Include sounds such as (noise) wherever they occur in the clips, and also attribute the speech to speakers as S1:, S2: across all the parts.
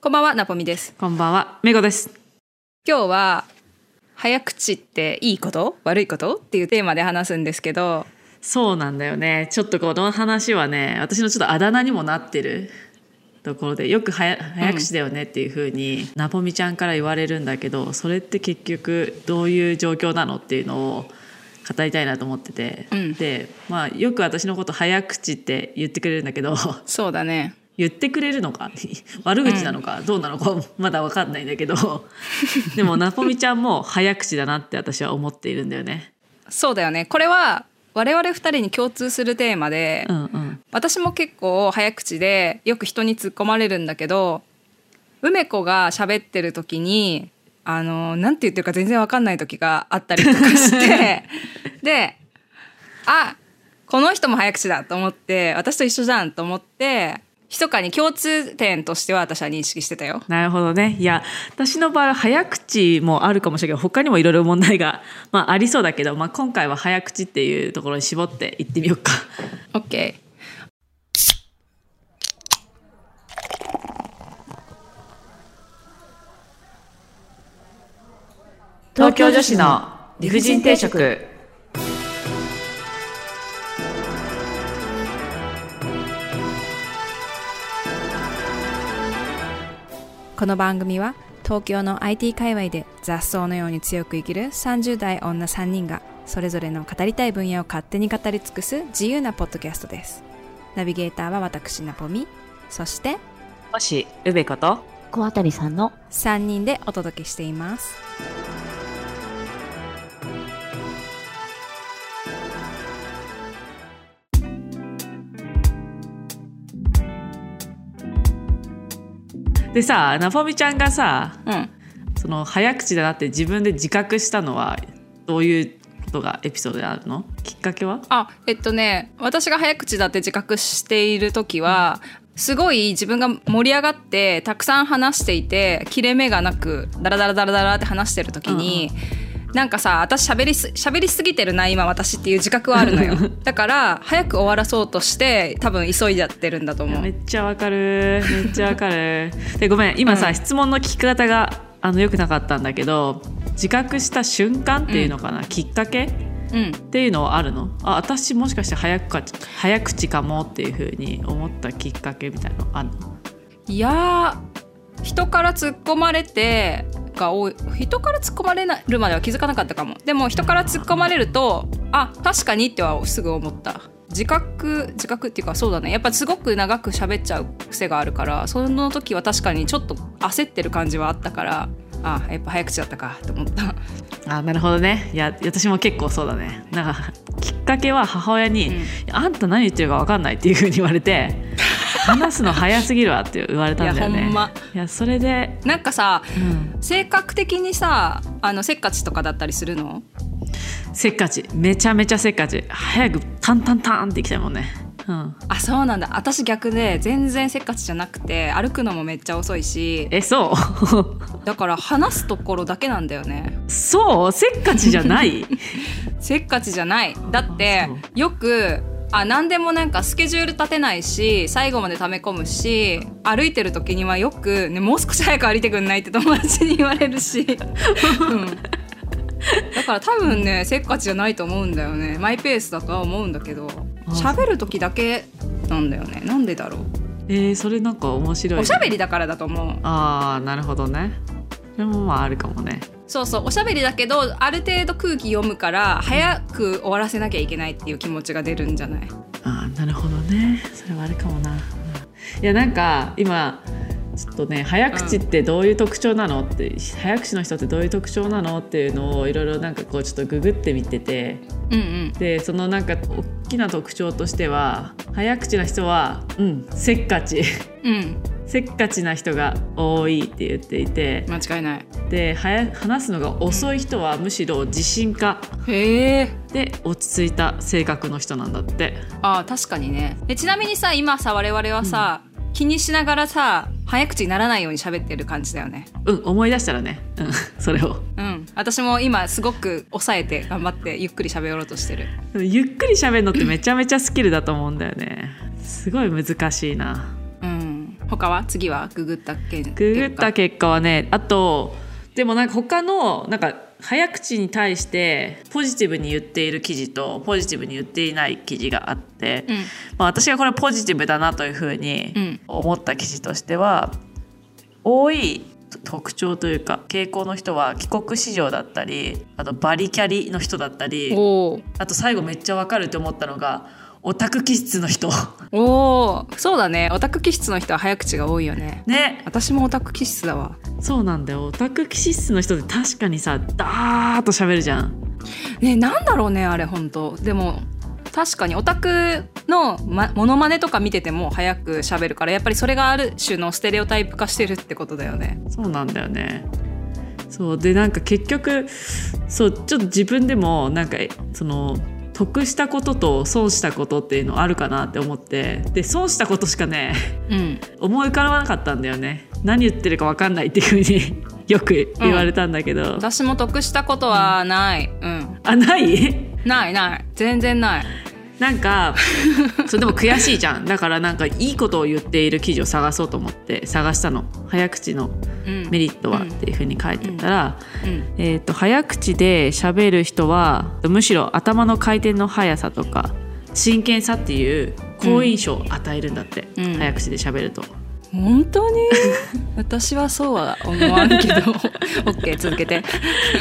S1: こんばんは、ナポミです。
S2: こんばんは、めごです。
S1: 今日は、早口っていいこと悪いことっていうテーマで話すんですけど、
S2: そうなんだよね。ちょっとこの話はね、私のちょっとあだ名にもなってるところで、よくはや早口だよねっていうふうに、なぽみちゃんから言われるんだけど、それって結局どういう状況なのっていうのを語りたいなと思ってて、
S1: うん
S2: で、まあよく私のこと早口って言ってくれるんだけど、 (laughs)
S1: そうだね。
S2: 言ってくれるのか (laughs) 悪口なのか、どうなのか (laughs) まだわかんないんだけ (laughs) どでもなぽみちゃんも早口だなって私は思っているんだよね。
S1: そうだよね。これは、我々二人に共通するテーマで、
S2: うんうん、
S1: 私も結構早口で、よく人に突っ込まれるんだけど、梅子が喋ってる時に、あの、なんて言ってるか全然わかんない時があったりとかして、で、あこの人も早口だと思って私と一緒じゃんと思って密かに共通点としては私は認識してたよ。
S2: なるほどね。いや私の場合は早口もあるかもしれないけど他にもいろいろ問題が、まあ、ありそうだけど、まあ、今回は早口っていうところに絞っていってみようか。
S1: OK
S2: 東京女子の理不尽定食
S1: この番組は東京の IT 界隈で雑草のように強く生きる30代女3人がそれぞれの語りたい分野を勝手に語り尽くす自由なポッドキャストです。ナビゲーターは私ナポミそして
S2: もしうべこと
S3: 小渡さんの
S1: 3人でお届けしています。
S2: でさなぽみちゃんがさ
S1: うん
S2: その早口だなって自分で自覚したのはどういうことがエピソードであるのきっかけは
S1: あえっとね私が早口だって自覚している時はすごい自分が盛り上がってたくさん話していて切れ目がなくダラダラダラダラって話してる時に、なんかさ私喋りす喋りすぎてるな今私っていう自覚はあるの (laughs) よだから早く終わらそうとして多分急いじゃってるんだと思
S2: め
S1: う
S2: っちゃわかるめっちゃわか
S1: (laughs)
S2: るでごめん今さ、
S1: うん
S2: 質問の聞き方があの良くなかったんだけど自覚した瞬間っていうのかな、きっかけっ
S1: うん
S2: ていうのはあるのあ私もしかして早くか早口かもっていうふうに思ったきっかけみたいなのあるの
S1: いやー人から突っ込まれてが多い人から突っ込まれるまでは気づかなかったかもでも人から突っ込まれるとあ確かにってはすぐ思った自覚自覚っていうかそうだねやっぱすごく長く喋っちゃう癖があるからその時は確かにちょっと焦ってる感じはあったからあやっぱ早口だったかと思った (laughs)
S2: あなるほどねいや私も結構そうだねなんかきっかけは母親に
S1: うん
S2: 「あんた何言ってるか分かんない」っていうふうに言わ
S1: (laughs)
S2: れて「話すの早すぎるわ」って言われたんだよね
S1: いやほんま
S2: いやそれで、
S1: なんかさ
S2: うん、
S1: 性格的にさあのせっかちとかだったりするの
S2: せっかちめちゃめちゃせっかち早くタンタンタンって行きたいもんねうん
S1: あそうなんだ私逆で全然せっかちじゃなくて歩くのもめっちゃ遅いし
S2: えそう (laughs)
S1: だから話すところだけなんだよね
S2: そうせっかちじゃない
S1: (laughs) せっかちじゃないだって
S2: あ
S1: よくあ何でもなんかスケジュール立てないし最後まで溜め込むし歩いてる時にはよく、ね「もう少し早く歩いてくんない?」って友達に言われるし、うん、だから多分ねせっかちじゃないと思うんだよねマイペースだとは思うんだけど
S2: あ
S1: 喋る時だけなんだよねなんでだろ
S2: えーそれなんか面白
S1: う
S2: い
S1: おしゃべりだからだと思う
S2: あーなるほどねそれもまああるかもね
S1: そうそうおしゃべりだけどある程度空気読むから早く終わらせなきゃいけないっていう気持ちが出るんじゃない
S2: あーなるほどねそれはあれかもな、うんいやなんか今ちょっとね早口ってどういう特徴なのって、早口の人ってどういう特徴なのっていうのをいろいろなんかこうちょっとググってみてて
S1: うんうん
S2: でそのなんか大きな特徴としては早口な人はうんせっかち (laughs)
S1: うん
S2: せっかちな人が多いって言っていて
S1: 間違いない
S2: で早話すのが遅い人はむしろ自信家
S1: へえ
S2: で落ち着いた性格の人なんだって。
S1: あー確かにねえちなみにさ今さ我々はさ、気にしながらさ早口にならないように喋ってる感じだよね
S2: うん思い出したらね、うん、 (laughs) それを。
S1: うん私も今すごく抑えて頑張ってゆっくり喋ろうとしてる
S2: でもゆっくり喋るのってめちゃめちゃスキルだと思うんだよねすごい難しいな
S1: うん他は次はググったけん
S2: ググった
S1: 結
S2: 結果はねあとでもなんか他のなんか早口に対してポジティブに言っている記事とポジティブに言っていない記事があって、
S1: うん
S2: まあ、私がこれポジティブだなというふう
S1: う
S2: に
S1: ん
S2: 思った記事としては多い特徴というか傾向の人は帰国子女だったりあとバリキャリの人だった
S1: 果
S2: り
S1: おー
S2: あと最後めっちゃわかると思ったのがオタク気質の人 (laughs)
S1: おーそうだねオタク気質の人は早口が多いよね
S2: ね
S1: 私もオタク気質だわ
S2: そうなんだよオタク気質の人って確かにさダーッと喋るじゃん
S1: ねなんだろうねあれ本当でも確かにオタクのまモノマネとか見てても早く喋るからやっぱりそれがある種のステレオタイプ化してるってことだよね
S2: そうなんだよねそうでなんか結局そうちょっと自分でもなんかその得したことと損したことっていうのあるかなって思ってで損したことしかね (laughs)
S1: うん
S2: 思い浮かばなかったんだよね何言ってるか分かんないっていうふうに (laughs) よく言われたんだけど、
S1: 私も得したことはないうん
S2: あない
S1: ないない全然ない
S2: なんかそうでも悔しいじゃんだからなんかいいことを言っている記事を探そうと思って探したの早口の
S1: うん
S2: メリットはっていうふうに書いてたら、
S1: うん
S2: えー、と早口で喋る人はむしろ頭の回転の速さとか真剣さっていう好印象を与えるんだって、
S1: うん
S2: 早口で喋ると。
S1: 本当に (laughs) 私はそうは思わんけど (laughs) OK 続けて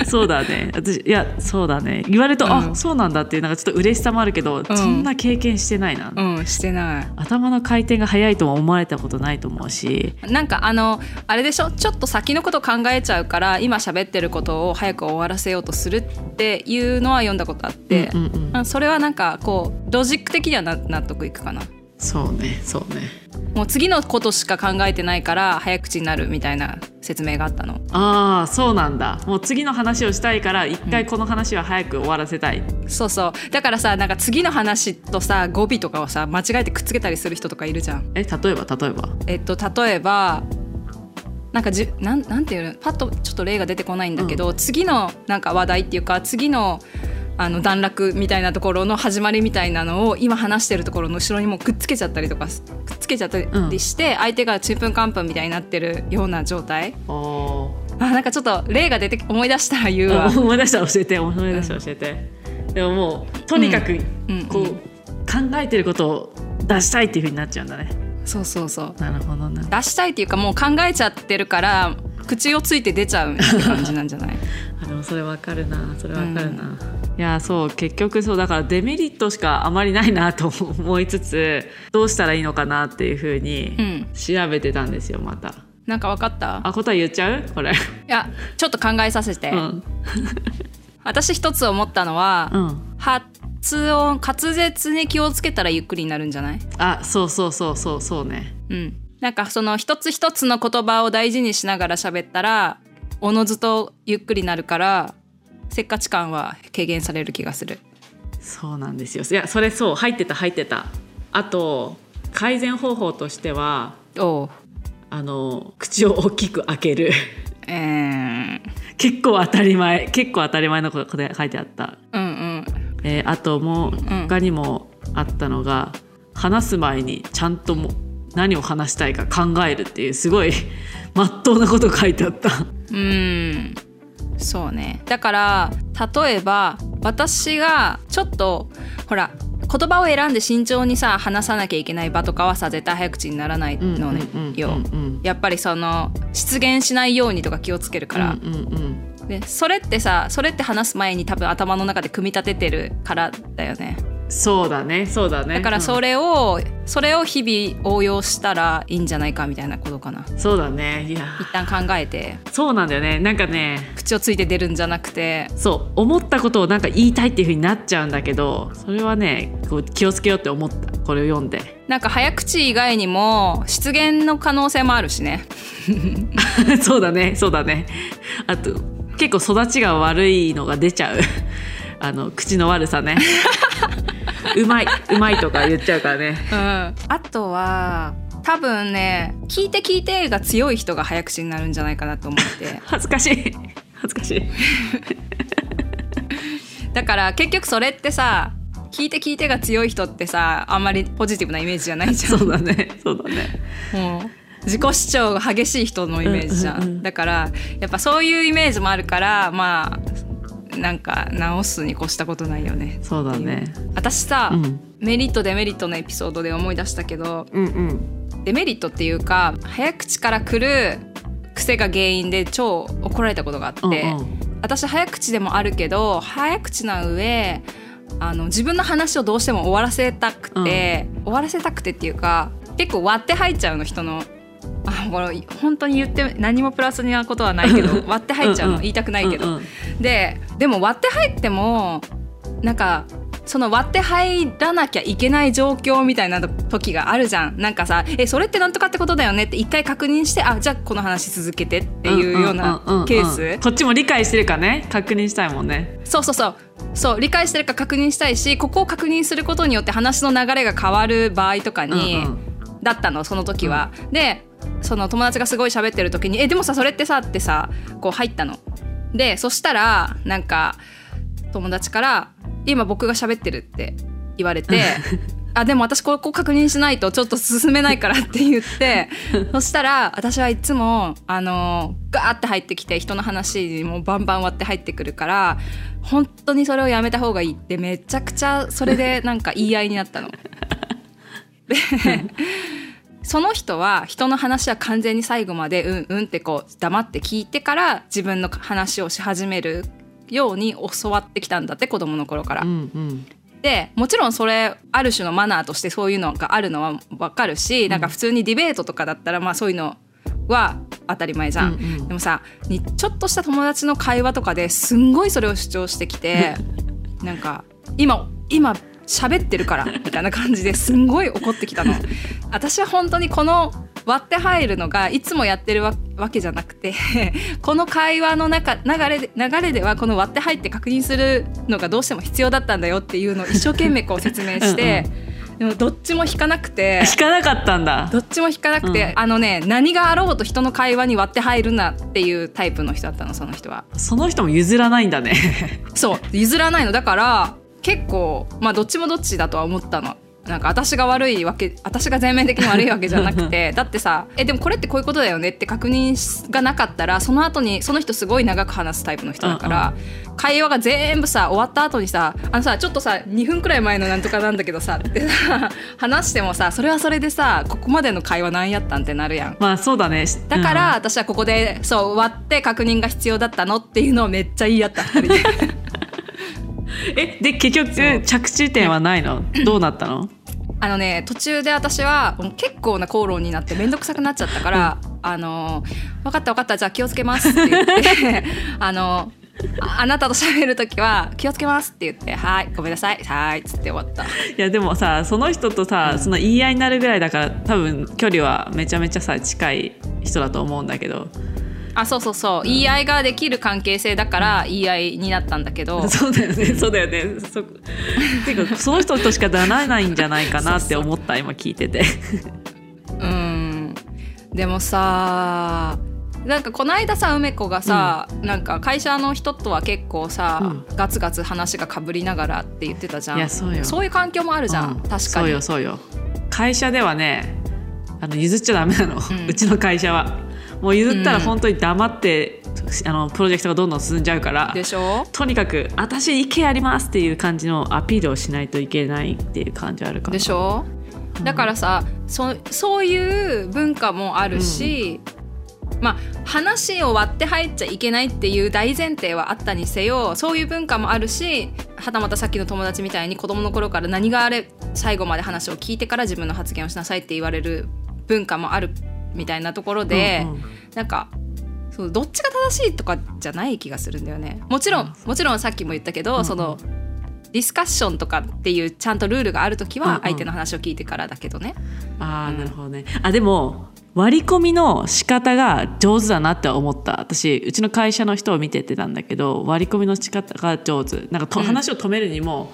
S2: そうだ
S1: (laughs)
S2: ね私いやそうだね言われると、
S1: うん
S2: あそうなんだっていうなんかちょっと嬉しさもあるけど、
S1: うん
S2: そんな経験してないな、
S1: うんしてない
S2: 頭の回転が速いとも思われたことないと思うし
S1: なんかあのあれでしょちょっと先のこと考えちゃうから今喋ってることを早く終わらせようとするっていうのは読んだことあって、
S2: うんうんうん
S1: あそれはなんかこうロジック的にはな納得いくかな
S2: そうねそうね
S1: もう次のことしか考えてないから早口になるみたいな説明があったの
S2: ああそうなんだもう次の話をしたいから一回この話は早く終わらせたい、
S1: そうそうだからさなんか次の話とさ語尾とかをさ間違えてくっつけたりする人とかいるじゃん
S2: え例えば例えば
S1: えっと、例えばなんかじゅなんなんていうのパッとちょっと例が出てこないんだけど、次のなんか話題っていうか次のあの段落みたいなところの始まりみたいなのを今話してるところの後ろにもうくっつけちゃったりとかすくっつけちゃったりして、相手がちんぷんかんぷんみたいになってるような状態
S2: お
S1: あなんかちょっと例が出て思い出したら言うわ。
S2: 思い出したら教えて思い出したら教えて、でももうとにかく
S1: うんうん
S2: こう、考えてることを出したいっていうふうになっちゃうんだね
S1: (laughs) そうそうそう
S2: なるほどな
S1: 出したいっていうかもう考えちゃってるから口をついて出ちゃうって感じなんじゃない (laughs)
S2: あでもそれわかるなそれわかるな、いやそう結局そうだからデメリットしかあまりないなと思いつつどうしたらいいのかなっていうふう
S1: う
S2: に
S1: ん
S2: 調べてたんですよまた
S1: なんかわかった
S2: あ答え言っちゃうこれ、
S1: いやちょっと考えさせて、
S2: うん
S1: 私一つ思ったのは、
S2: うん
S1: 発音滑舌に気をつけたらゆっくりになるんじゃない
S2: あそうそうそうそうそうね
S1: うんなんかその一つ一つの言葉を大事にしながら喋ったらおのずとゆっくりになるからせっかち感は軽減される気がする
S2: そうなんですよいやそれそう入ってた入ってたあと改善方法としては
S1: おう
S2: あの口を大きく開ける (laughs)
S1: えー、
S2: 結構当たり前結構当たり前のことで書いてあった、
S1: うんうん
S2: えーあともう
S1: うん
S2: 他にもあったのが、話す前にちゃんとも何を話したいか考えるっていうすごい (laughs) まっとうなこと書いてあった
S1: うんそうねだから例えば私がちょっとほら言葉を選んで慎重にさ話さなきゃいけない場とかはさ絶対早口にならないのね
S2: うんうんうん
S1: よ
S2: うんうん
S1: やっぱりその失言しないようにとか気をつけるから、
S2: うんうんうん
S1: でそれってさそれって話す前に多分頭の中で組み立ててるからだよね
S2: そうだねそうだね
S1: だからそ
S2: れ、
S1: れを、それを日々応用したらいいんじゃないかみたいなことかな
S2: うんそうだねいや
S1: 一旦考えて
S2: そうなんだよねなんかね
S1: 口をついて出るんじゃなくて
S2: そう思ったことをなんか言いたいっていう風になっちゃうんだけどそれはねこう気をつけようって思ったこれを読んで (laughs)
S1: なんか早口以外にも失言の可能性もあるしね
S2: そうだねそうだねあと結構育ちが悪いのが出ちゃう (laughs) あの口の悪さね (laughs) うまいうまいとか言っちゃうからね
S1: うんあとは多分ね「聞いて聞いて」が強い人が早口になるんじゃないかなと思って
S2: 恥ずかしい恥ずかしい
S1: だから結局それってさ「聞いて聞いて」が強い人ってさあんまりポジティブなイメージじゃないじゃん
S2: そうだねそうだね
S1: もう自己主張が激しい人のイメージじゃん,、
S2: うんうんうん
S1: だからやっぱそういうイメージもあるからまあなんか直すに越したことないよね
S2: そうだね
S1: 私さ、
S2: うん
S1: メリットデメリットのエピソードで思い出したけど
S2: うんうん
S1: デメリットっていうか早口から来る癖が原因で超怒られたことがあって、
S2: うんうん
S1: 私早口でもあるけど早口な上あの自分の話をどうしても終わらせたくて、終わらせたくてっていうか結構割って入っちゃうの人の。あこれ本当に言って何もプラスなことはないけ
S2: (laughs)
S1: ど割って入っちゃうの言いたくないけど、
S2: うんうん
S1: ででも割って入ってもなんかその割って入らなきゃいけない状況みたいな時があるじゃんなんかさ「えそれってなんとかってことだよね」って一回確認して「あじゃあこの話続けて」っていうようなん
S2: んんんん
S1: ケース、
S2: こっちも理解してるかね確認したいもんね
S1: そうそうそうそう理解してるか確認したいしここを確認することによって話の流れが変わる場合とかに、
S2: うんうん
S1: だったのその時は。でその友達がすごい喋ってる時に「えでもさそれってさ」ってさこう入ったの。でそしたらなんか友達から「今僕が喋ってる」って言われて「あでも私ここ確認しないとちょっと進めないから」って言って (laughs) そしたら私はいつもあのガーって入ってきて人の話にもうバンバン割って入ってくるから本当にそれをやめた方がいいってめちゃくちゃそれでなんか言い合いになったの。その人は人の話は完全に最後までうんうんってこう黙って聞いてから自分の話をし始めるように教わってきたんだって子供の頃から
S2: う。んうん
S1: でもちろんそれある種のマナーとしてそういうのがあるのはわかるし、なんか普通にディベートとかだったらまあそういうのは当たり前じゃん、
S2: うんうん
S1: でもさにちょっとした友達の会話とかですんごいそれを主張してき
S2: (laughs)
S1: てなんか今今喋ってるからみたいな感じですんごい怒ってきたの。私は本当にこの割って入るのがいつもやってるわわけじゃなくてこの会話の中流れで流れではこの割って入って確認するのがどうしても必要だったんだよっていうのを一生懸命こう説明してでもどっちも引かなくて
S2: 引かなかったんだ
S1: どっちも引かなくて、
S2: うん
S1: あのね何があろうと人の会話に割って入るなっていうタイプの人だったのその人は。
S2: その人も譲らないんだね (laughs)
S1: そう譲らないのだから結構まあどっちもどっちだとは思ったの。なんか私が悪いわけ私が全面的に悪いわけじゃなくて
S2: (laughs)
S1: だってさえでもこれってこういうことだよねって確認がなかったらその後にその人すごい長く話すタイプの人だから、会話が全部さ終わった後にさあのさちょっとさ2分くらい前のなんとかなんだけどさってさ (laughs) 話してもさそれはそれでさここまでの会話なんやったんってなるやん。
S2: まあそうだね
S1: だから、、私はここでそう割って確認が必要だったのっていうのをめっちゃ言い合った2人で。
S2: うんえで結局着地点はないのどうなったの
S1: あのね途中で私はもう結構な口論になって面倒くさくなっちゃったから「あの分かった分かったじゃあ気をつけます」って言ってあのああなたと喋る時は「気をつけます」って言って「はいごめんなさいはい」っつって終わった
S2: いやでもさその人とさ、その言い合いになるぐらいだから多分距離はめちゃめちゃさ近い人だと思うんだけど
S1: あそうそうそう、言い合いができる関係性だから言い合いになったんだけど
S2: そうだよ (laughs) ねそうだよねそ (laughs) てかその人としかならないんじゃないかなって思った今聞いてて
S1: うんでもさなんかこの間さ梅子がさ、なんか会社の人とは結構さ、
S2: う
S1: ガツガツ話がかぶりながらって言ってたじゃん
S2: いやそうよ
S1: いう環境もあるじゃん、
S2: う
S1: 確
S2: ん
S1: かに
S2: そうよそうよ会社ではねあの譲っちゃダメなの、う
S1: ん
S2: ちの会社はもう譲ったら
S1: うん
S2: 本当に黙って、あのプロジェクトがどんどん進んじゃうから
S1: でしょ
S2: とにかく私意見ありますっていう感じのアピールをしないといけないっていう感じはあるから
S1: でしょだからさそそういう文化もあるし、まあ話を割って入っちゃいけないっていう大前提はあったにせよそういう文化もあるしはたまたさっきの友達みたいに子供の頃から何があれ最後まで話を聞いてから自分の発言をしなさいって言われる文化もあるみたいなところで。
S2: うんうん
S1: なんかそうどっちが正しいとかじゃない気がするんだよねもちろんもちろんさっきも言ったけど、
S2: うん
S1: そのディスカッションとかっていうちゃんとルールがある時
S2: うんう
S1: は
S2: ん
S1: 相手の話を聞いてからだけどね、
S2: ああ、
S1: うん
S2: なるほどねあでも割り込みの仕方が上手だなって思った私うちの会社の人を見ててたんだけど割り込みの仕方が上手なんかと、
S1: うん
S2: 話を止めるにも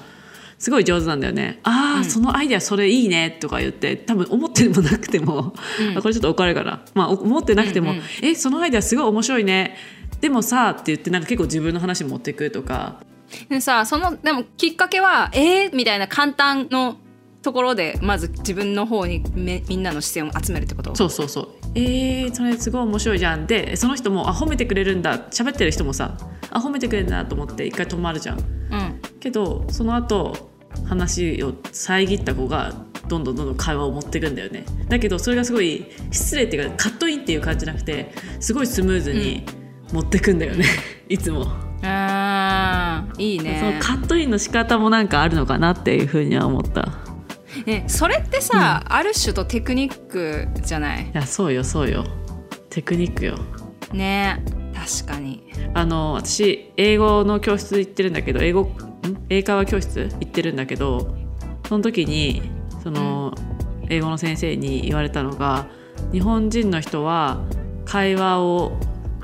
S2: すごい上手なんだよねああ、
S1: うん
S2: そのアイデアそれいいねとか言って多分思ってもなくても、
S1: うん
S2: あこれちょっと怒られるから、まあ、お思ってなくても、
S1: うんうん
S2: えそのアイデアすごい面白いねでもさって言ってなんか結構自分の話持ってくとか
S1: でさそのでもきっかけはえー、みたいな簡単のところでまず自分の方にめみんなの視線を集めるってこと
S2: そうそうそうえー、それすごい面白いじゃんでその人もあ褒めてくれるんだ喋ってる人もさあ褒めてくれるんだと思って一回止まるじゃん
S1: うん
S2: けどその後話を遮った子がどんどんどんどん会話を持っていくんだよねだけどそれがすごい失礼っていうかカットインっていう感じじゃなくてすごいスムーズに持ってくんだよね、 (laughs) いつも、
S1: あーいい
S2: その
S1: ね
S2: カットインの仕方もなんかあるのかなっていうふうには思った
S1: ねそれってさ、ある種とテクニックじゃない
S2: いやそうよそうよテクニックよ
S1: ね確かに
S2: あの私英語の教室行ってるんだけど英語ん英会話教室行ってるんだけどその時にその、英語の先生に言われたのが日本人の人は会話を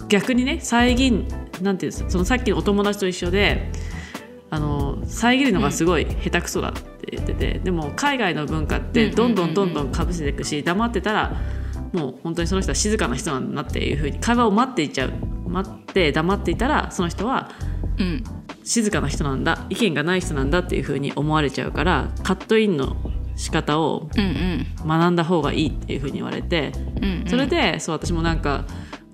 S2: 逆にね遮んなんていうんですそのさっきのお友達と一緒であの遮るのがすごい下手くそだって言ってて、でも海外の文化ってどんどんどんどんかぶせていくし黙ってたらもう本当にその人は静かな人なんだなっていうふうに会話を待っていっちゃう待って黙っていたらその人は
S1: うん
S2: 静かな人なんだ意見がない人なんだっていうふうに思われちゃうからカットインの仕方を
S1: うんうん
S2: 学んだ方がいいっていうふうに言われて
S1: うんうん
S2: それで、そう私もなんか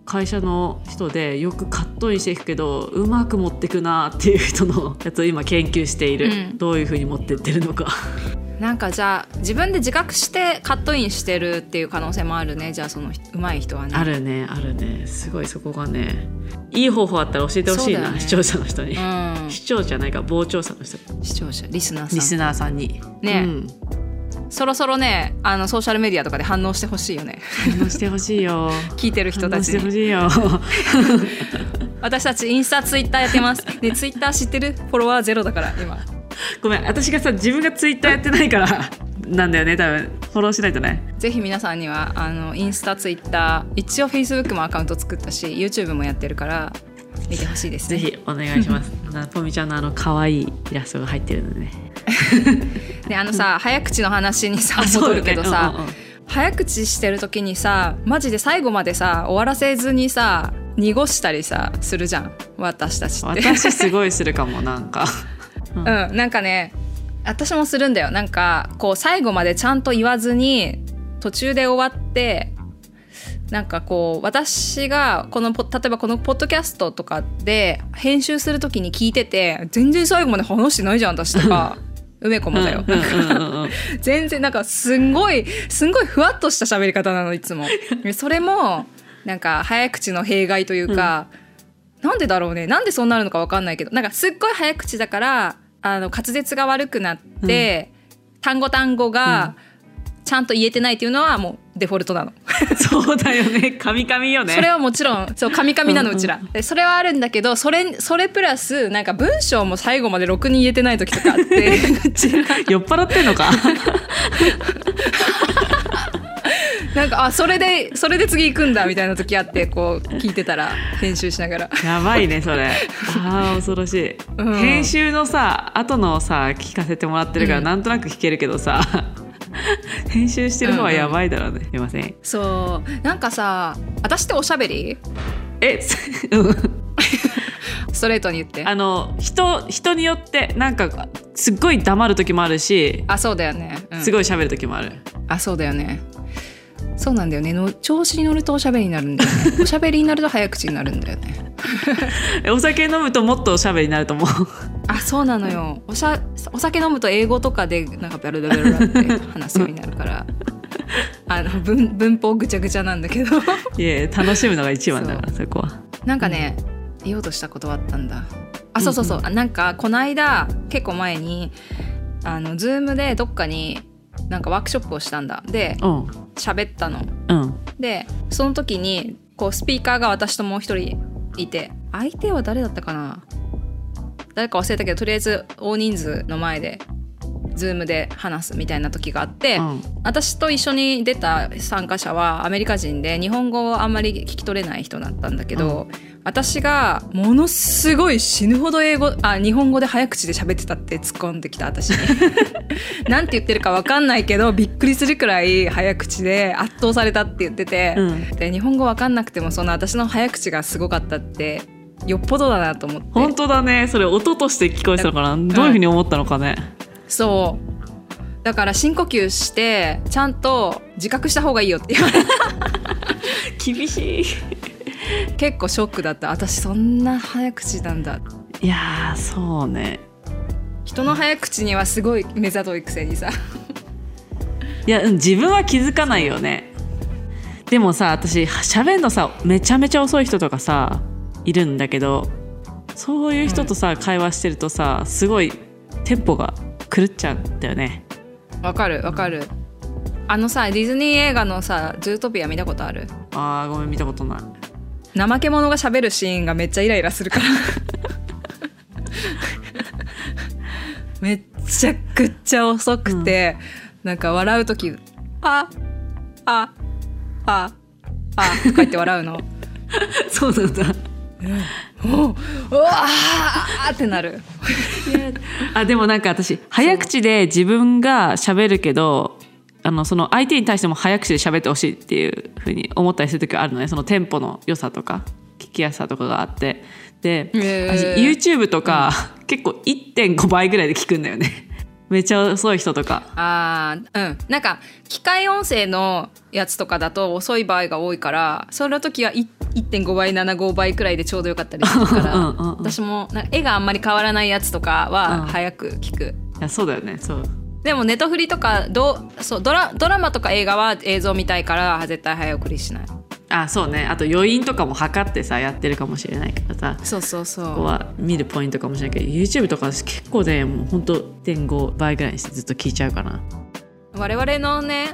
S2: 会社の人でよくカットインしていくけどうまく持ってくなっていう人のやつを今研究している、
S1: うん
S2: どういうふうに持ってってるのか
S1: なんかじゃあ自分で自覚してカットインしてるっていう可能性もあるねじゃあその人上手い人はね
S2: あるねあるねすごいそこがねいい方法あったら教えてほし
S1: そう
S2: い
S1: だ
S2: な、
S1: よね
S2: 視聴者の人に、
S1: う
S2: 視聴者ないか傍聴者の人
S1: ん視聴者リスナーさん
S2: リスナーさんに
S1: ね
S2: うん、
S1: そろそろねあのソーシャルメディアとかで反応してほしいよね
S2: 反応してほしい (laughs) よ
S1: 聞いてる人たち
S2: 反応してほ
S1: に
S2: しい (laughs) よ
S1: 私たちインスタツイッターやってますねツイッター知ってるフォロワーゼロだから今
S2: ごめん私がさ自分がツイッターやってないからなんだよね多分フォローしないとね
S1: ぜひ皆さんにはあのインスタツイッター一応フェイスブックもアカウント作ったし YouTube もやってるから見てほしいです
S2: ぜ
S1: ね
S2: ひお願いします。 (laughs) なぽみちゃんのあの可愛いイラストが入ってるのでね。
S1: であのさ早口の話にさ戻るけ
S2: (laughs)
S1: どさ、早口してる時にさマジで最後までさ終わらせずにさ濁したりさするじゃん私たちって。
S2: 私すごいするかもなんか。
S1: (laughs) うん、なんかね私もするんだよなんかこう最後までちゃんと言わずに途中で終わってなんかこう私がこのポ例えばこのポッドキャストとかで編集する時に聞いてて全然最後まで話してないじゃん私とか梅子もだよ、
S2: うんうんうんうん
S1: 全然なんかすんごいすんごいふわっとした喋り方なのいつもそれもなんか早口の弊害というか、なんでだろうねなんでそうなるのかわかんないけどなんかすっごい早口だからあの滑舌が悪くなって、単語単語がちゃんと言えてないっていうのはもうデフォルトなの。
S2: そうだよね。カミカミよね。 (laughs)
S1: それはもちろんそうカミカミなの
S2: うんう
S1: うんちら、でそれはあるんだけどそれそれプラスなんか文章も最後までろくに言えてない時とかあってうちら
S2: 酔っ払ってんのか。
S1: なんかあそれでそれで次行くんだみたいな時あってこう聞いてたら編集しながら
S2: やばいねそれ。ああ恐ろしい。
S1: うん
S2: 編集のさ後のさ聞かせてもらってるから、
S1: うん
S2: なんとなく聞けるけどさ。編集してる方はやばいだろうね。すいません。
S1: そうなんかさ私っておしゃべり
S2: え、うん。
S1: ストレートに言ってあ
S2: あの人人によってなんかすっごい黙る時もあるし、
S1: そうだよね、うん、
S2: す
S1: い
S2: ごい喋る時もある。
S1: あそうだよねそうなんだよねの調子に乗るとおしゃべりになるんだよ (laughs) ねおしゃべりになると早口になるんだよね
S2: えお酒飲むともっとおしゃべりになると思う。
S1: (laughs) あそうなのよおしゃお酒飲むと英語とかでなんかベルベルベルって話すようになるから (laughs) あの文文法ぐちゃぐちゃなんだけど
S2: いえ楽しむのが一番だからそこは。
S1: なんかね、言おうとしたことはあったんだあそうそうそう、あなんかこの間結構前にあのズームでどっかになんかワークショップをしたんだで
S2: うん
S1: 喋ったの
S2: うん
S1: でその時にこうスピーカーが私ともう一人いて相手は誰だったかな誰か忘れたけどとりあえず大人数の前でズームで話すみたいな時があって、
S2: うん
S1: 私と一緒に出た参加者はアメリカ人で日本語をあんまり聞き取れない人だったんだけど、私がものすごい死ぬほど英語あ日本語で早口で喋ってたって突っ込んできた私
S2: (laughs)
S1: に (laughs) なんて言ってるかわかんないけどびっくりするくらい早口で圧倒されたって言ってて、
S2: うん。
S1: で日本語わかんなくてもその私の早口がすごかったってよっぽどだなと思って
S2: 本当だね。それ音として聞こえてたのかな。どういうふうに思ったのかね。
S1: そうだから深呼吸してちゃんと自覚した方がいいよって言われた (laughs)
S2: 厳しい
S1: 結構ショックだった私そんな早口なんだ
S2: いやーそうね
S1: 人の早口にはすごい目ざといくせにさ
S2: いやうん自分は気づかないよねでもさ私喋んのさめちゃめちゃ遅い人とかさいるんだけどそういう人とさ、会話してるとさすごいテンポが狂っちゃうんだよね
S1: わかるわかるあのさディズニー映画のさ「ズートピア」見たことある
S2: あーごめん見たことない
S1: 怠け者が喋るシーンがめっちゃイライラするからめっちゃくちゃ遅くて、なんか笑う時「ああああ」とか言って笑
S2: (laughs)
S1: うの
S2: (laughs) そうなんだ
S1: おううわーってなる
S2: あでもなんか私早口で自分が喋るけどあのその相手に対しても早口で喋ってほしいっていうふうに思ったりする時はあるのねそのテンポの良さとか聞きやすさとかがあってで、
S1: へー
S2: 私 YouTube とか、結構1.5倍ぐらいで聞くんだよね (laughs) めっちゃ遅い人とか
S1: あーうんなんか機械音声のやつとかだと遅い場合が多いからその時はい1.5倍75倍くらいでちょうどよかったりするから
S2: うんうんうん
S1: 私もなんか絵があんまり変わらないやつとか
S2: うん
S1: は早く聞く、
S2: いやそうだよねそう
S1: でもネトフリとかどうそうドラドラマとか映画は映像見たいから絶対早送りしない
S2: あそうねあと余韻とかも測ってさやってるかもしれないからさ
S1: そうそう
S2: ここ
S1: そ
S2: は見るポイントかもしれないけど YouTube とか私結構ねもうほんと1.5倍ぐらいにしてずっと聞いちゃうかな
S1: う我々のね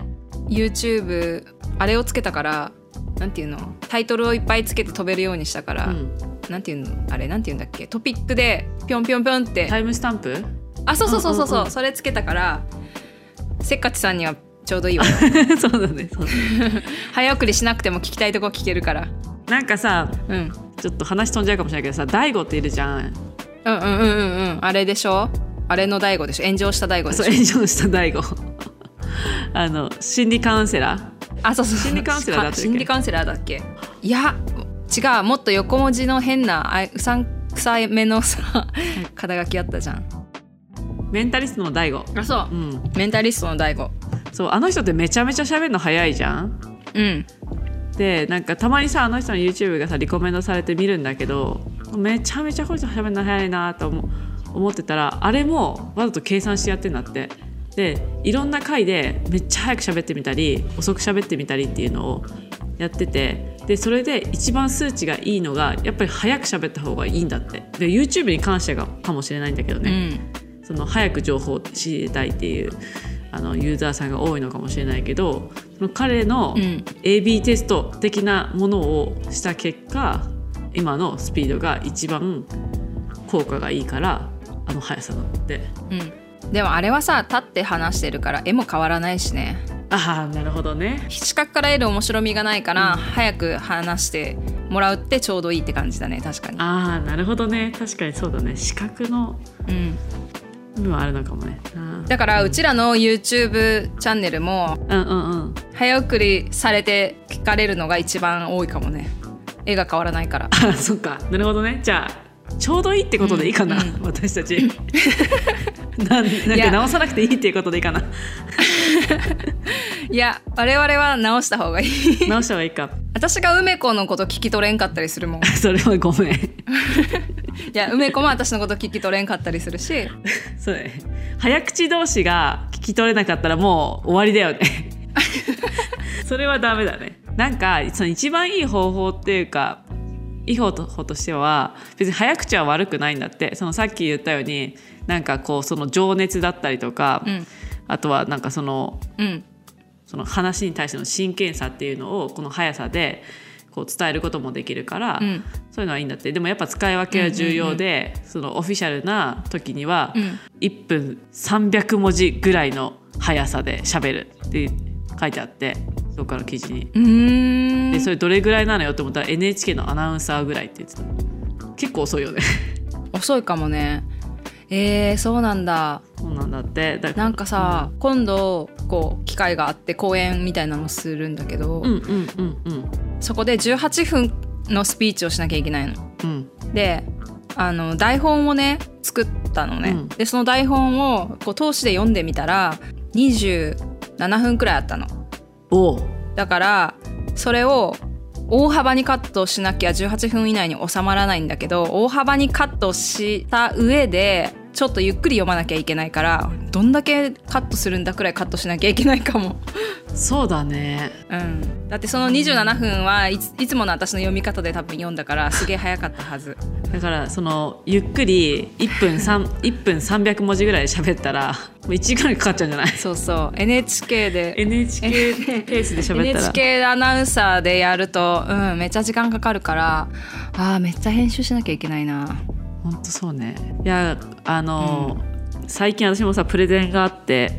S1: YouTube あれをつけたからなんていうのタイトルをいっぱいつけて飛べるようにしたから、
S2: うん
S1: なんていうのあれなんていうんだっけトピックでぴょんぴょんぴょんって
S2: タイムスタンプ
S1: あそうそうそうそうそう
S2: うんうんうん
S1: それつけたからせっかちさんにはちょうどいいわよ
S2: (laughs) そうだねそうだね
S1: 早送りしなくても聞きたいとこ聞けるから、
S2: なんかさ
S1: うん、うん
S2: ちょっと話飛んじゃうかもしれないけどさ大悟っているじゃん
S1: うんうんうんうんあれでしょあれの大悟でしょ炎上した大悟
S2: そ
S1: で
S2: う
S1: しょ
S2: 炎上した大悟 (laughs) あの心理カウンセラー
S1: あそうそう
S2: 心理カウンセラーだったっけ
S1: 心理カウンセラーだっけいや違うもっと横文字の変なあうさんくさい目のさ肩書きあったじゃん
S2: メンタリストの大悟
S1: あそううんメンタリストの大悟
S2: そうあの人ってめちゃめちゃ喋るの早いじゃん
S1: うん
S2: でなんかたまにさあの人の YouTube がさリコメンドされて見るんだけどめちゃめちゃこの人喋るの早いなと思思ってたらあれもわざと計算してやってんだってでいろんな回でめっちゃ早く喋ってみたり遅く喋ってみたりっていうのをやっててでそれで一番数値がいいのがやっぱり早く喋った方がいいんだってで YouTube に関してがかもしれないんだけど
S1: う
S2: ね、
S1: ん
S2: その早く情報を知りたいっていうあのユーザーさんが多いのかもしれないけどその彼の、
S1: うん
S2: AB テスト的なものをした結果今のスピードが一番効果がいいからあの速さだって
S1: うんでもあれはさ立って話してるから絵も変わらないしね
S2: ああなるほどね
S1: 視覚から得る面白みがないから、早く話してもらうってちょうどいいって感じだね確かに、
S2: ああなるほどね確かにそうだね視覚の
S1: うん、
S2: 部分はあるのかもねあー
S1: だからうちらの YouTube チャンネルも
S2: うんうんうん
S1: 早送りされて聞かれるのが一番多いかもね絵が変わらないから
S2: あそっかなるほどねじゃあちょうどいいってことでいいかな、私たち (laughs) なん (laughs) なん
S1: い
S2: か
S1: や
S2: 直さなくていいっていうことでいいかない
S1: や我々は直した方がいい (laughs)
S2: 直した方がいいか (laughs)
S1: 私が梅子のこと聞き取れんかったりするもんい
S2: それはごめん
S1: や梅子も私のこと聞き取れんかったりするし
S2: そうだね早口同士が聞き取れなかったらもう終わりだ
S1: (laughs)
S2: よねそれはダメだねなんかその一番いい方法っていうかいい方法としては別に早口は悪くないんだってそのさっき言ったようになんかこうその情熱だったりとか、
S1: うん
S2: あとはなんかその
S1: うん
S2: その話に対しての真剣さっていうのをこの速さでこう伝えることもできるから、
S1: うん
S2: そういうのはいいんだってでもやっぱ使い分けは重要で、そのオフィシャルな時には
S1: うん
S2: 1分300文字ぐらいの速さで喋るって書いてあってどっかの記事に。
S1: うーん
S2: でそれどれぐらいなのよって思ったら NHK のアナウンサーぐらいって言ってた結構遅いよね (laughs)
S1: 遅いかもねえー、そうなんだ
S2: そうなんだってだ
S1: なんかさ、今度こう機会があって公演みたいなのするんだけど、
S2: うんうんうんうん
S1: そこで18分のスピーチをしなきゃいけないの。
S2: うん
S1: であの台本をね作ったのね、
S2: うん
S1: でその台本をこう通しで読んでみたら27分くらいあったの
S2: おう
S1: だからそれを大幅にカットしなきゃ18分以内に収まらないんだけど大幅にカットした上でちょっとゆっくり読まなきゃいけないからどんだけカットするんだくらいカットしなきゃいけないかも、
S2: そうだね
S1: うん、だってその27分はいついつもの私の読み方で多分読んだからすげえ早かったはず
S2: だからそのゆっくり1分3 1分300文字ぐらい喋ったらもう1時間かかっちゃうんじゃない
S1: そうそう NHK で
S2: NHK
S1: (laughs)
S2: ペースで喋ったら
S1: NHK アナウンサーでやると、うん、めっちゃ時間かかるからあーめっちゃ編集しなきゃいけないな
S2: ほんとそうねいやあの、最近私もさプレゼンがあって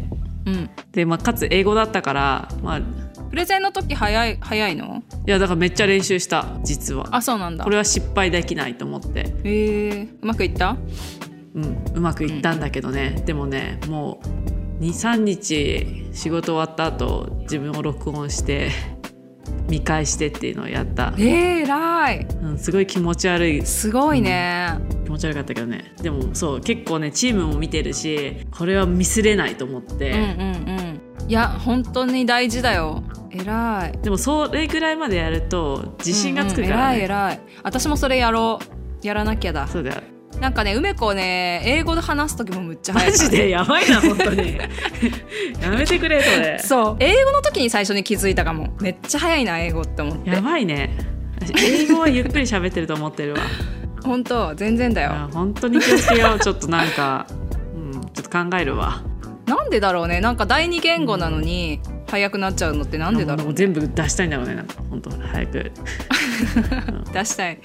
S1: うん
S2: で、まあ、かつ英語だったから、まあ、い
S1: プレゼンの時早い早いの
S2: やだからめっちゃ練習した実は
S1: あそうなんだ
S2: これは失敗できないと思って、
S1: へえうまくいった
S2: うん、うまくいったんだけどね、でもねもう23日仕事終わった後自分を録音して見返してっていうのをやった、
S1: えー、偉い
S2: うん、すごい気持ち悪い
S1: すごいね、
S2: 気持ち悪かったけどねでもそう結構ねチームも見てるしこれはミスれないと思っ
S1: うん、うん
S2: て、
S1: うんいや本当に大事だよ偉い
S2: でもそれぐらいまでやると自信がつく
S1: う
S2: か
S1: ん
S2: ら、
S1: うん偉い
S2: ね
S1: 偉い私もそれやろうやらなきゃだ
S2: そうだよ
S1: なんかね梅子ね英語で話す時もむっちゃ
S2: マ
S1: 早いから
S2: ジでやばいな本当に (laughs) やめてくれそれ
S1: そう英語の時に最初に気づいたかもめっちゃ早いな英語って思って
S2: やばいね私英語はゆっくり喋ってると思ってるわ
S1: 本当全然だ
S2: いや
S1: よ
S2: 本当に気をつけようちょっとなんか、うん、ちょっと考えるわ
S1: なんでだろうねなんか第二言語なのに早くなっちゃうのってなんでだろう
S2: もう全部出したいんだろうねなんか本当早く
S1: 出したい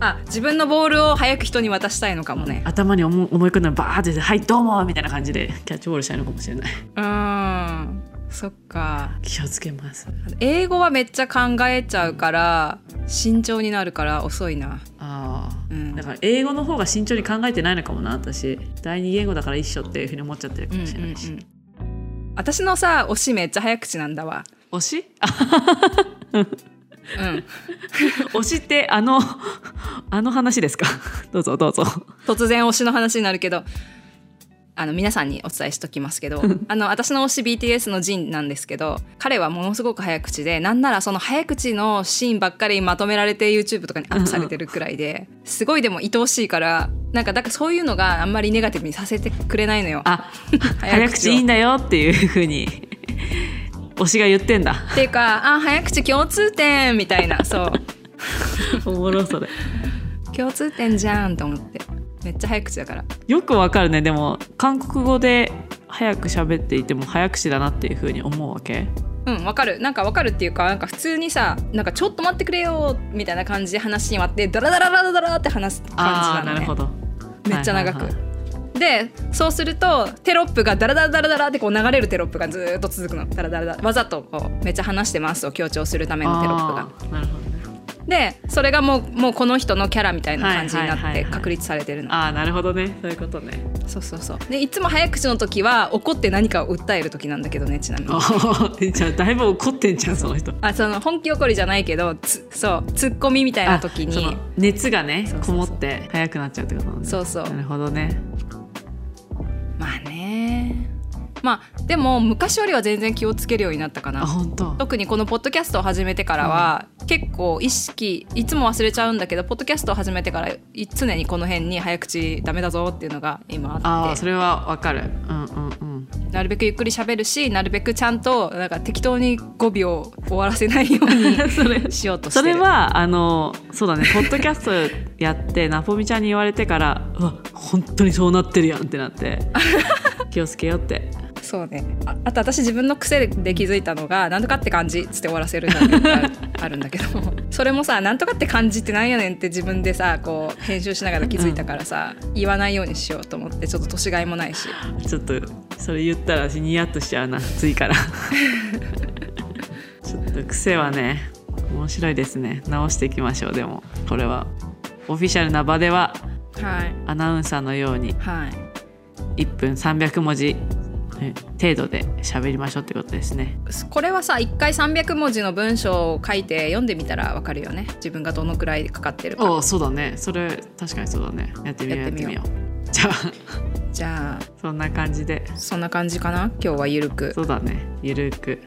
S1: あ自分のボールを早く人に渡したいのかもね
S2: 頭に思い思い浮かんだのバーって「はいどうも」みたいな感じでキャッチボールしたいのかもしれないう
S1: ーんそっか
S2: 気をつけます
S1: 英語はめっちゃ考えちゃうから慎重になるから遅いな
S2: ああ、
S1: うん
S2: だから英語の方が慎重に考えてないのかもな私第二言語だから一緒っていうふうに思っちゃってるか
S1: うんうんう
S2: もしれないし、
S1: ん私のさ推しめっちゃ早口なんだわ
S2: 推し (laughs) あ
S1: うん
S2: 推しってあの (laughs) あの話ですか (laughs) どうぞどうぞ
S1: 突然推しの話になるけどあの皆さんにお伝えしときますけどあの私の推し BTS のジンなんですけど彼はものすごく早口でなんならその早口のシーンばっかりまとめられて YouTube とかにアップされてるくらいですごいでも愛おしいからなんかだからそういうのがあんまりネガティブにさせてくれないのよ。
S2: あ
S1: 早
S2: 早
S1: 口
S2: 口
S1: を
S2: いいんだよっていうふうに推しが言ってんだ
S1: っていうかあ早口共通点みたいなそう
S2: (laughs) おもろそれ
S1: 共通点じゃんと思ってめっちゃ早口だから
S2: よくわかるねでも韓国語で早く喋っていても早口だなっていうふうに思うわけ
S1: うんわかるなんかわかるっていうかなんか普通にさなんかちょっと待ってくれよみたいな感じで話に割ってダラダラダラダラって話す感
S2: あ
S1: じ
S2: あ
S1: なの、
S2: なる
S1: ね
S2: ほ、ど
S1: めっちゃ長く、
S2: はいはいはい
S1: でそうするとテロップがダラダラダラダラってこう流れるテロップがずーっと続くのダラダラダラわざとこうめっちゃ話してますを強調するためのテロップが
S2: あーなるほどね
S1: でそれがもうもうこの人のキャラみたいな感じに
S2: はい
S1: なっ
S2: はい
S1: て
S2: はいはい
S1: 確立されてるの、
S2: あーなるほどねそういうことね
S1: そうそうそうでいつも早口の時は怒って何かを訴える時なんだけどねちなみに
S2: (laughs) あーじゃあだいぶ怒ってんじゃんその人
S1: あその本気怒りじゃないけどつそうツッコミみたいな時
S2: あそ
S1: に
S2: の熱がね
S1: そうそう
S2: こ
S1: そ
S2: も
S1: う
S2: って早くなっちゃうってことなんだ
S1: そうそう
S2: なるほどね
S1: まあねまあでも昔よりは全然気をつけるようになったか
S2: あ
S1: な
S2: 本当
S1: 特にこのポッドキャストを始めてからは、結構意識いつも忘れちゃうんだけどポッドキャストを始めてからい常にこの辺に早口ダメだぞっていうのが今あ
S2: あ
S1: っ
S2: あ
S1: て
S2: それはわかるうんうんうん
S1: なるべくゆっくり喋るしなるべくちゃんとなんか適当に語尾を終わらせないよう
S2: (laughs)
S1: にしようとして
S2: そ
S1: る
S2: れはあのそうだねポッドキャストやって (laughs) なぽみちゃんに言われてからうわ本当にそうなってるやんってなって
S1: (laughs)
S2: 気をつけようって
S1: そうねああと私自分の癖で気づいたのが「なんとかって感じ」っつって終わらせるなんていうのがああるんだけどそれもさ「なんとかって感じってなんやねん」って自分でさこう編集しながら気づいたからさ、言わないようにしようと思ってちょっと年がいもないし
S2: ちょっとそれ言ったら私ニヤッとしちゃうな次からちょっと癖はね面白いですね直していきましょうでもこれはオフィシャルな場では
S1: はい
S2: アナウンサーのように
S1: はい
S2: 1分300文字うん程度で喋りましょうってことですね
S1: これはさ一回300文字の文章を書いて読んでみたらわかるよね自分がどのくらいかかってるか
S2: おおそうだねそれ確かにそうだねやってみよう
S1: や
S2: や
S1: っ
S2: ってて
S1: み
S2: み
S1: よ
S2: よ
S1: う
S2: うじゃあ
S1: じゃあ
S2: そんな感じで
S1: そんな感じかな今日はゆるく
S2: そうだねゆるく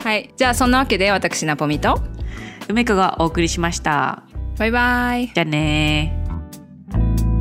S1: はいじゃあそんなわけで私ナポミと
S2: 梅子がお送りしました
S1: バイバイ。
S2: じゃあねー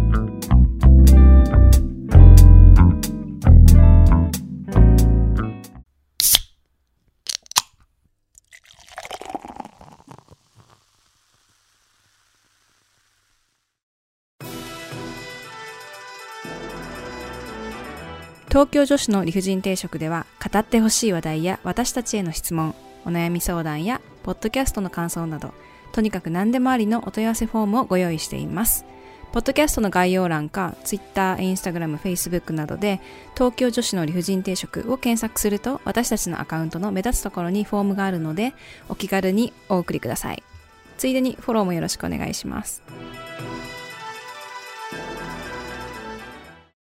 S1: 東京女子の理不尽定食では語ってほしい話題や私たちへの質問お悩み相談やポッドキャストの感想などとにかく何でもありのお問い合わせフォームをご用意していますポッドキャストの概要欄か Twitter、Instagram、Facebook などで東京女子の理不尽定食を検索すると私たちのアカウントの目立つところにフォームがあるのでお気軽にお送りくださいついでにフォローもよろしくお願いします